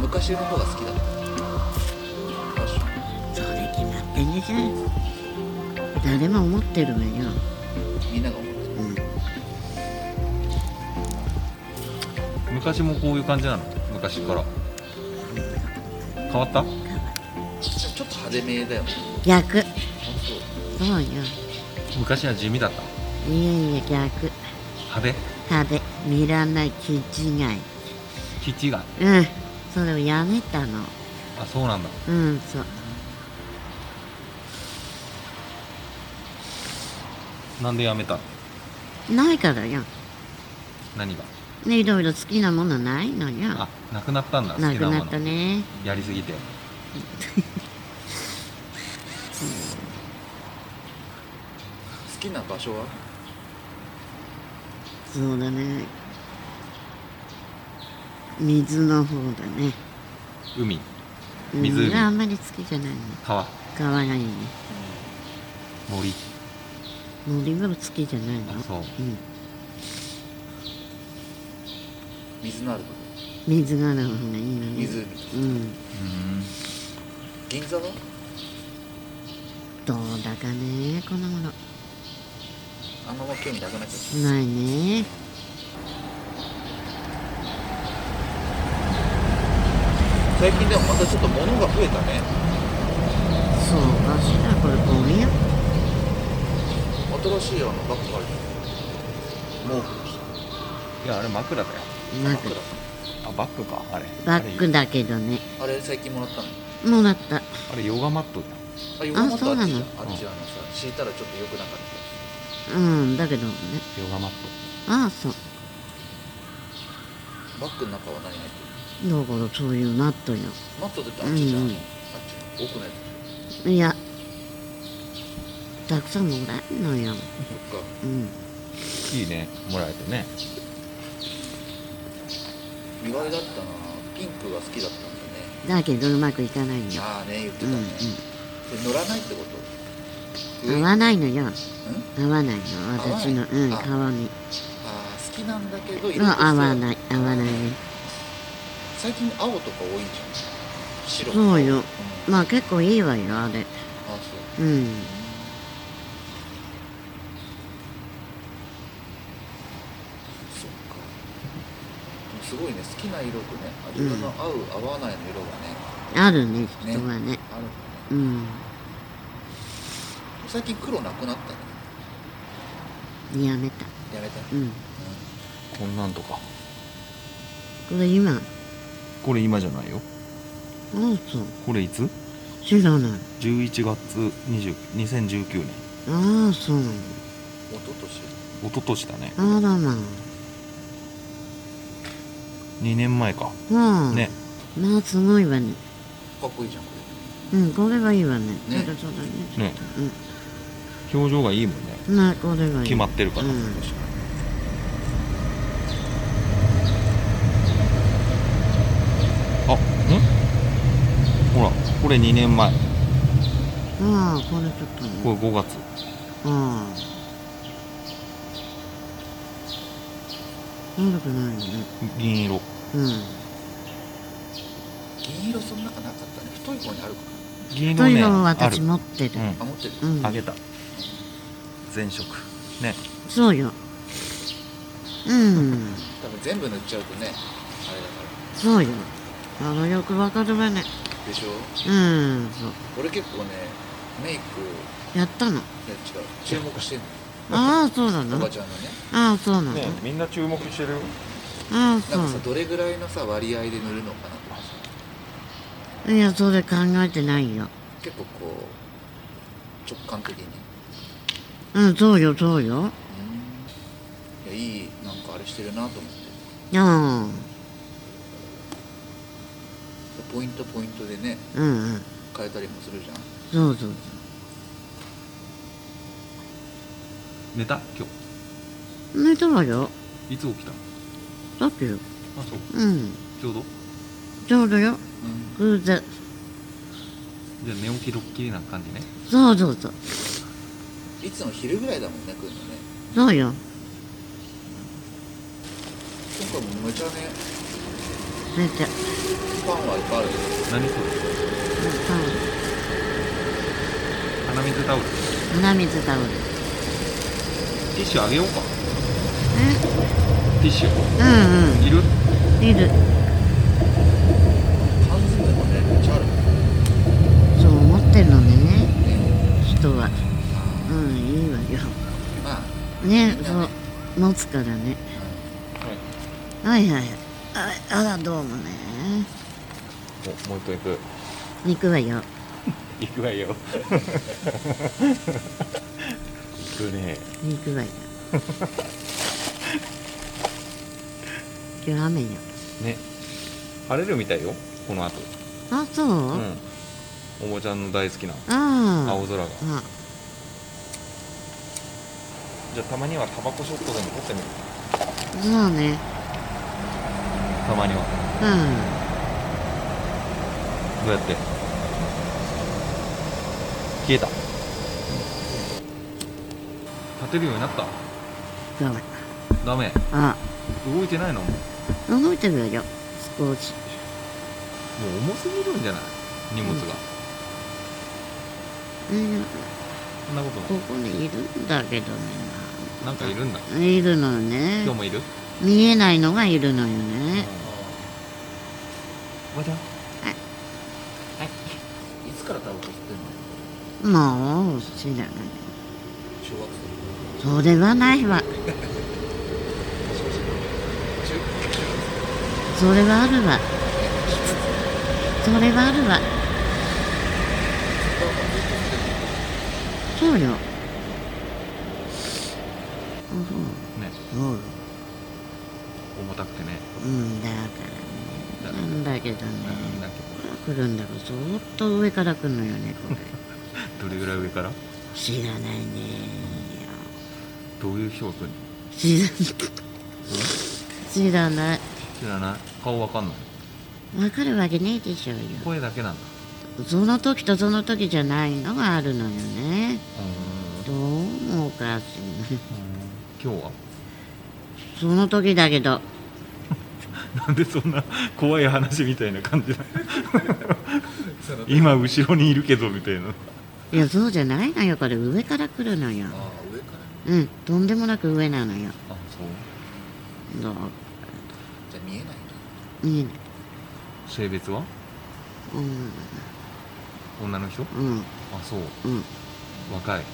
昔の方が好きだったよしそれ決まってんじゃん誰も思ってるわよみんなが思ってるうん昔もこういう感じなの昔から変わったちょっと派手めだよね逆ほんそうよ昔は地味だったいえいえ逆派手食べ見らない気違いキッチがうんそれをやめたのあそうなんだうんそうなんでやめたのないからよ何がねいろいろ好きなものないのよあなくなったんだ好きなくなもなのったねやりすぎて好きな場所はそうだね水の方だね海うん湖があんまり好きじゃないの川川がいいね森森は好きじゃないあのそううん水のあるとこ水がある方がいいのね湖うんうん銀座はどうだかねこの頃あんま興味なくなっちゃったないね最近でもまたちょっと物が増えたねそうかしらこれゴミよ新しいあのバッグあるじゃんもういやあれ枕だよなん枕かあバッグかあれバッグあれだけどねあれ最近もらったのもらったあれヨガマットじゃあ横浜とあっちじゃんあそうなのっちあのさ敷いたらちょっと良くなかったうんだけどねんヨガマットああそうバッグの中は何入ってるだからそういうナットよマットってあっちじゃん、うんうんあっち奥のやいやたくさんもらえんのよつそっかうんいいねもらえてね意外だったなピンクが好きだったんだねだけどうまくいかないのよああね言ってうたんね、うで乗らないってことん合あわないのよん合わないの私のうんあ顔にあー好きなんだけど色うとんしては合わない合わないね最近青とか多いじゃん白とかそうよんあまあ結構いいわよあれそううんそっかでもすごいね好きな色とね自分の合う、合わないの色がねあるね人はねあるんだねうん最近黒なくなったねやめたやめた、ううんんこんなんとかこれ今あこれ今じゃないよそうこれいつ知らない ?11 月20 2019年ああそう一昨年一昨年だねあらま2年前かあ、うん、ねまあすごいわねかっこいいじゃんこうんこれはいいわねねそうだそうだねね表情がいいもんねうんまあこれはいい決まってるから、うれん確かあんほらこれ2年前ああこれちょっとこれね5月ああ悪くないよね銀色うんに銀色その中なかったね太い方にあるか銀と色いうねのをあ私る持ってるうなあ持ってる、、うんん、あげた全色ねそうようん多分全部塗っちゃうとねあれだかそうよあのよくわかるわらねでしょうんそう俺結構ねメイクやったのいや違う注目してんああそうなのおのばちゃんのねああそうなの、みんな注目してるよああなそんかさうどれぐらいのさ割合で塗るのかなとかさいやそれ考えてないよ結構こう直感的にうんそうよそううよんいやいいなんかあれしてるなと思ってあポイントポイントでねあうんうん変えたりもするじゃんそうそう寝た今そう寝たわよ日いつ起きたのだってよあそううんちょうどちょうどようん偶然じゃあ寝起きドッキリな感じねそうそうそういつも昼ぐらいだもんね来るのねそうよ今回も無茶ね増えてるパンはいっぱいあるよ何それうん鼻水タオルうん鼻水タオルティッシュあげようかえティッシュうんいるうんいる缶詰もねめっちゃあるそう思ってるのねね人はうんいいわよまあねそう持つからねはいはいはいああらどうもねおもう一回行く行くわよ行くわよ行くね行くわよ 今日雨よね晴れるみたいよこの後あそう、う、うんんおもちゃんの大好きなあ青空があじゃあたまにはタバコショットでも撮ってみるそうねたまにはうどうやって消えた立てるようになったんだめダメあ動いてないのもう動いてるよ少し重すぎるんじゃない荷物が、うんそんなことこないこにいるんだけどねなんかいるんだいるのよね今日もいる、見えないのがいるのようんね、おばちゃんいつからタバコ吸ってんのもう知らない小学生それはないわ中それはあるわそれはあるわそうよあねそうそうよ重たくてねうんだかだらかねならんだけどねなんだっ来るんだからそーっと上から来るのよねこれけどれぐらい上から知らないねどういう人が来るの知らない知らない知らない顔わかんないわかるわけねえでしょうよ声だけなんだその時とその時じゃないのがあるのよねうどんうもおかしいな今日はその時だけどなんでそんな怖い話みたいな感じなそ の今後ろにいるけどみたいないやそうじゃないのよこれ上から来るのよああ上からうんとんでもなく上なのよあそうどうじゃあ見えないんだ見えない性別はうん女の人あうんそううん若いう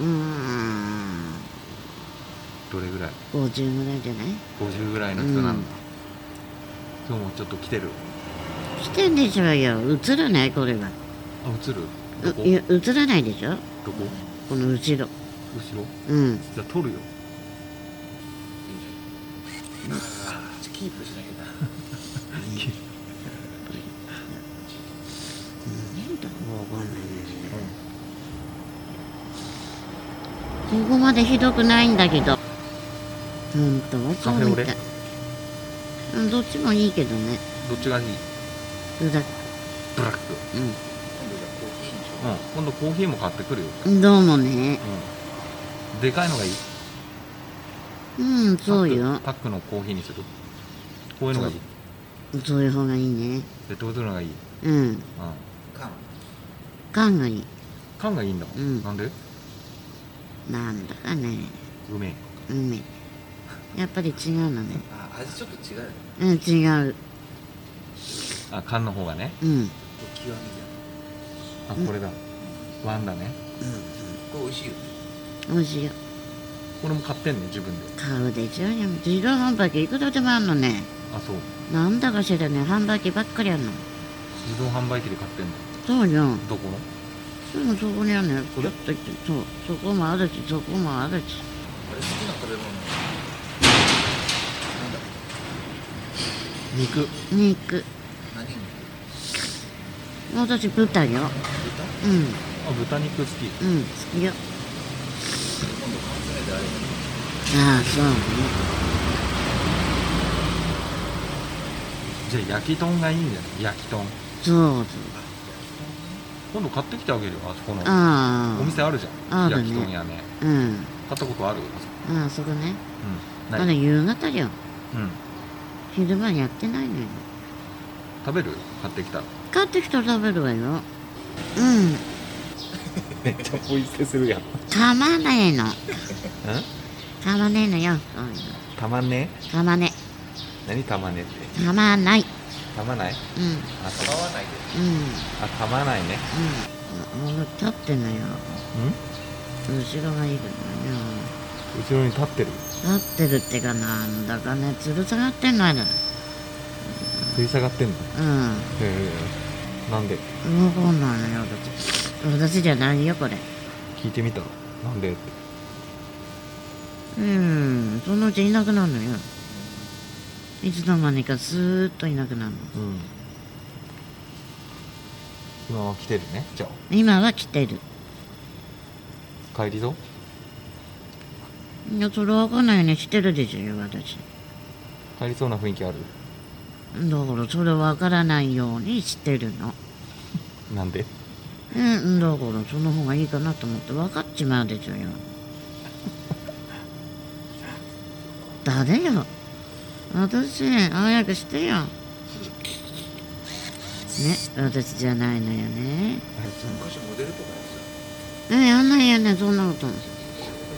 ーんどれぐらい50ぐらいじゃない50ぐらいの人なんだ、今日もちょっと来てる来てんでしょうよ映らないこれはあ映るどこういや映らないでしょどこ後この後ろろうんじゃあ撮るよいいじゃんああキープしなきゃな何だかわかんないね、ここまでひどくないんだけど本当はそうみたいカうんどっちもいいけどねどっちがいいうだブラック今度じゃあコーヒーにしようん今度コーヒーも買ってくるようんどうもねうんでかいのがいいうんそうパッよクパックのコーヒーにするこういうのがいいそういう方がいいねペットボトルのがいい、うん、うんう缶缶がいい缶がいいんだ、うんなんでなんだかねうめえうめえやっぱり違うのねああ味ちょっと違うよねうん違うあ缶の方がねうん極みじゃあこれだ、ワンだねんこれ美味しいよね美味しいよこれも買ってんね自分で買うでしょうよ自動販売機いくらでもあんのねあそうなんだかしらね販売機ばっかりあんの自動販売機で買ってんのそうよどこのでもそこにあるのよこれちょっと行ってそうそこもあるしそこもあるしあれ好きな食べ物なんだっけ肉肉何に私豚よ豚うんあ豚肉好きうん好き今よ度缶詰であればああそうねじゃあ焼き豚がいいんじゃない焼き豚そう今度買ってきてあげるよあそこのそうああお店あるじゃんあるね焼き豚屋ねうん買ったことあるあそこああそこねうんまなだい夕方ようん昼間やってないのよ食べる買ってきた帰ってきたら食べるわようんめっちゃポイ捨てするやん噛まねえの噛まねえのよそういうのたまんね噛まね何たまねって噛まないたまないうんうんあ構わないであたまないねうん俺立ってんのよん後ろがいるのよ後ろに立ってる立ってるってかなんだかねつる下がってんのよ食い下がってんのへうんえなんで動かんないのよ私私じゃないよこれ聞いてみたらなんでってうんそのうちいなくなるのよいつの間にかスーッといなくなるのうん今は来てるねじゃあ今は来てる帰りぞいやそれわかんないようにしてるでしょよ私帰りそうな雰囲気あるだからそれわからないようにしてるのなんでうんだからその方がいいかなと思って分かっちまうでしょよ誰よ私早くしてよね私じゃないのよね昔モデルとかやってえやんないやんないそんなことたでも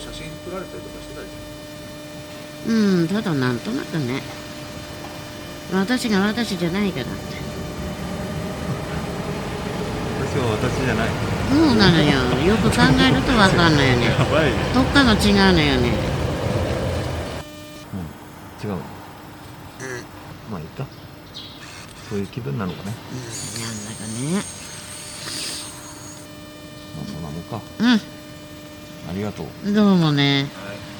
写真撮られたりとかしてたりうんただなんとなくね私が私じゃないからって私は私じゃないそうなのよよく考えると分かんないよねばいどっかが違うのよね違うのまあいいかそういう気分なのかねうんなんだかねまあそんなもんかうんありがとうどうもね。はい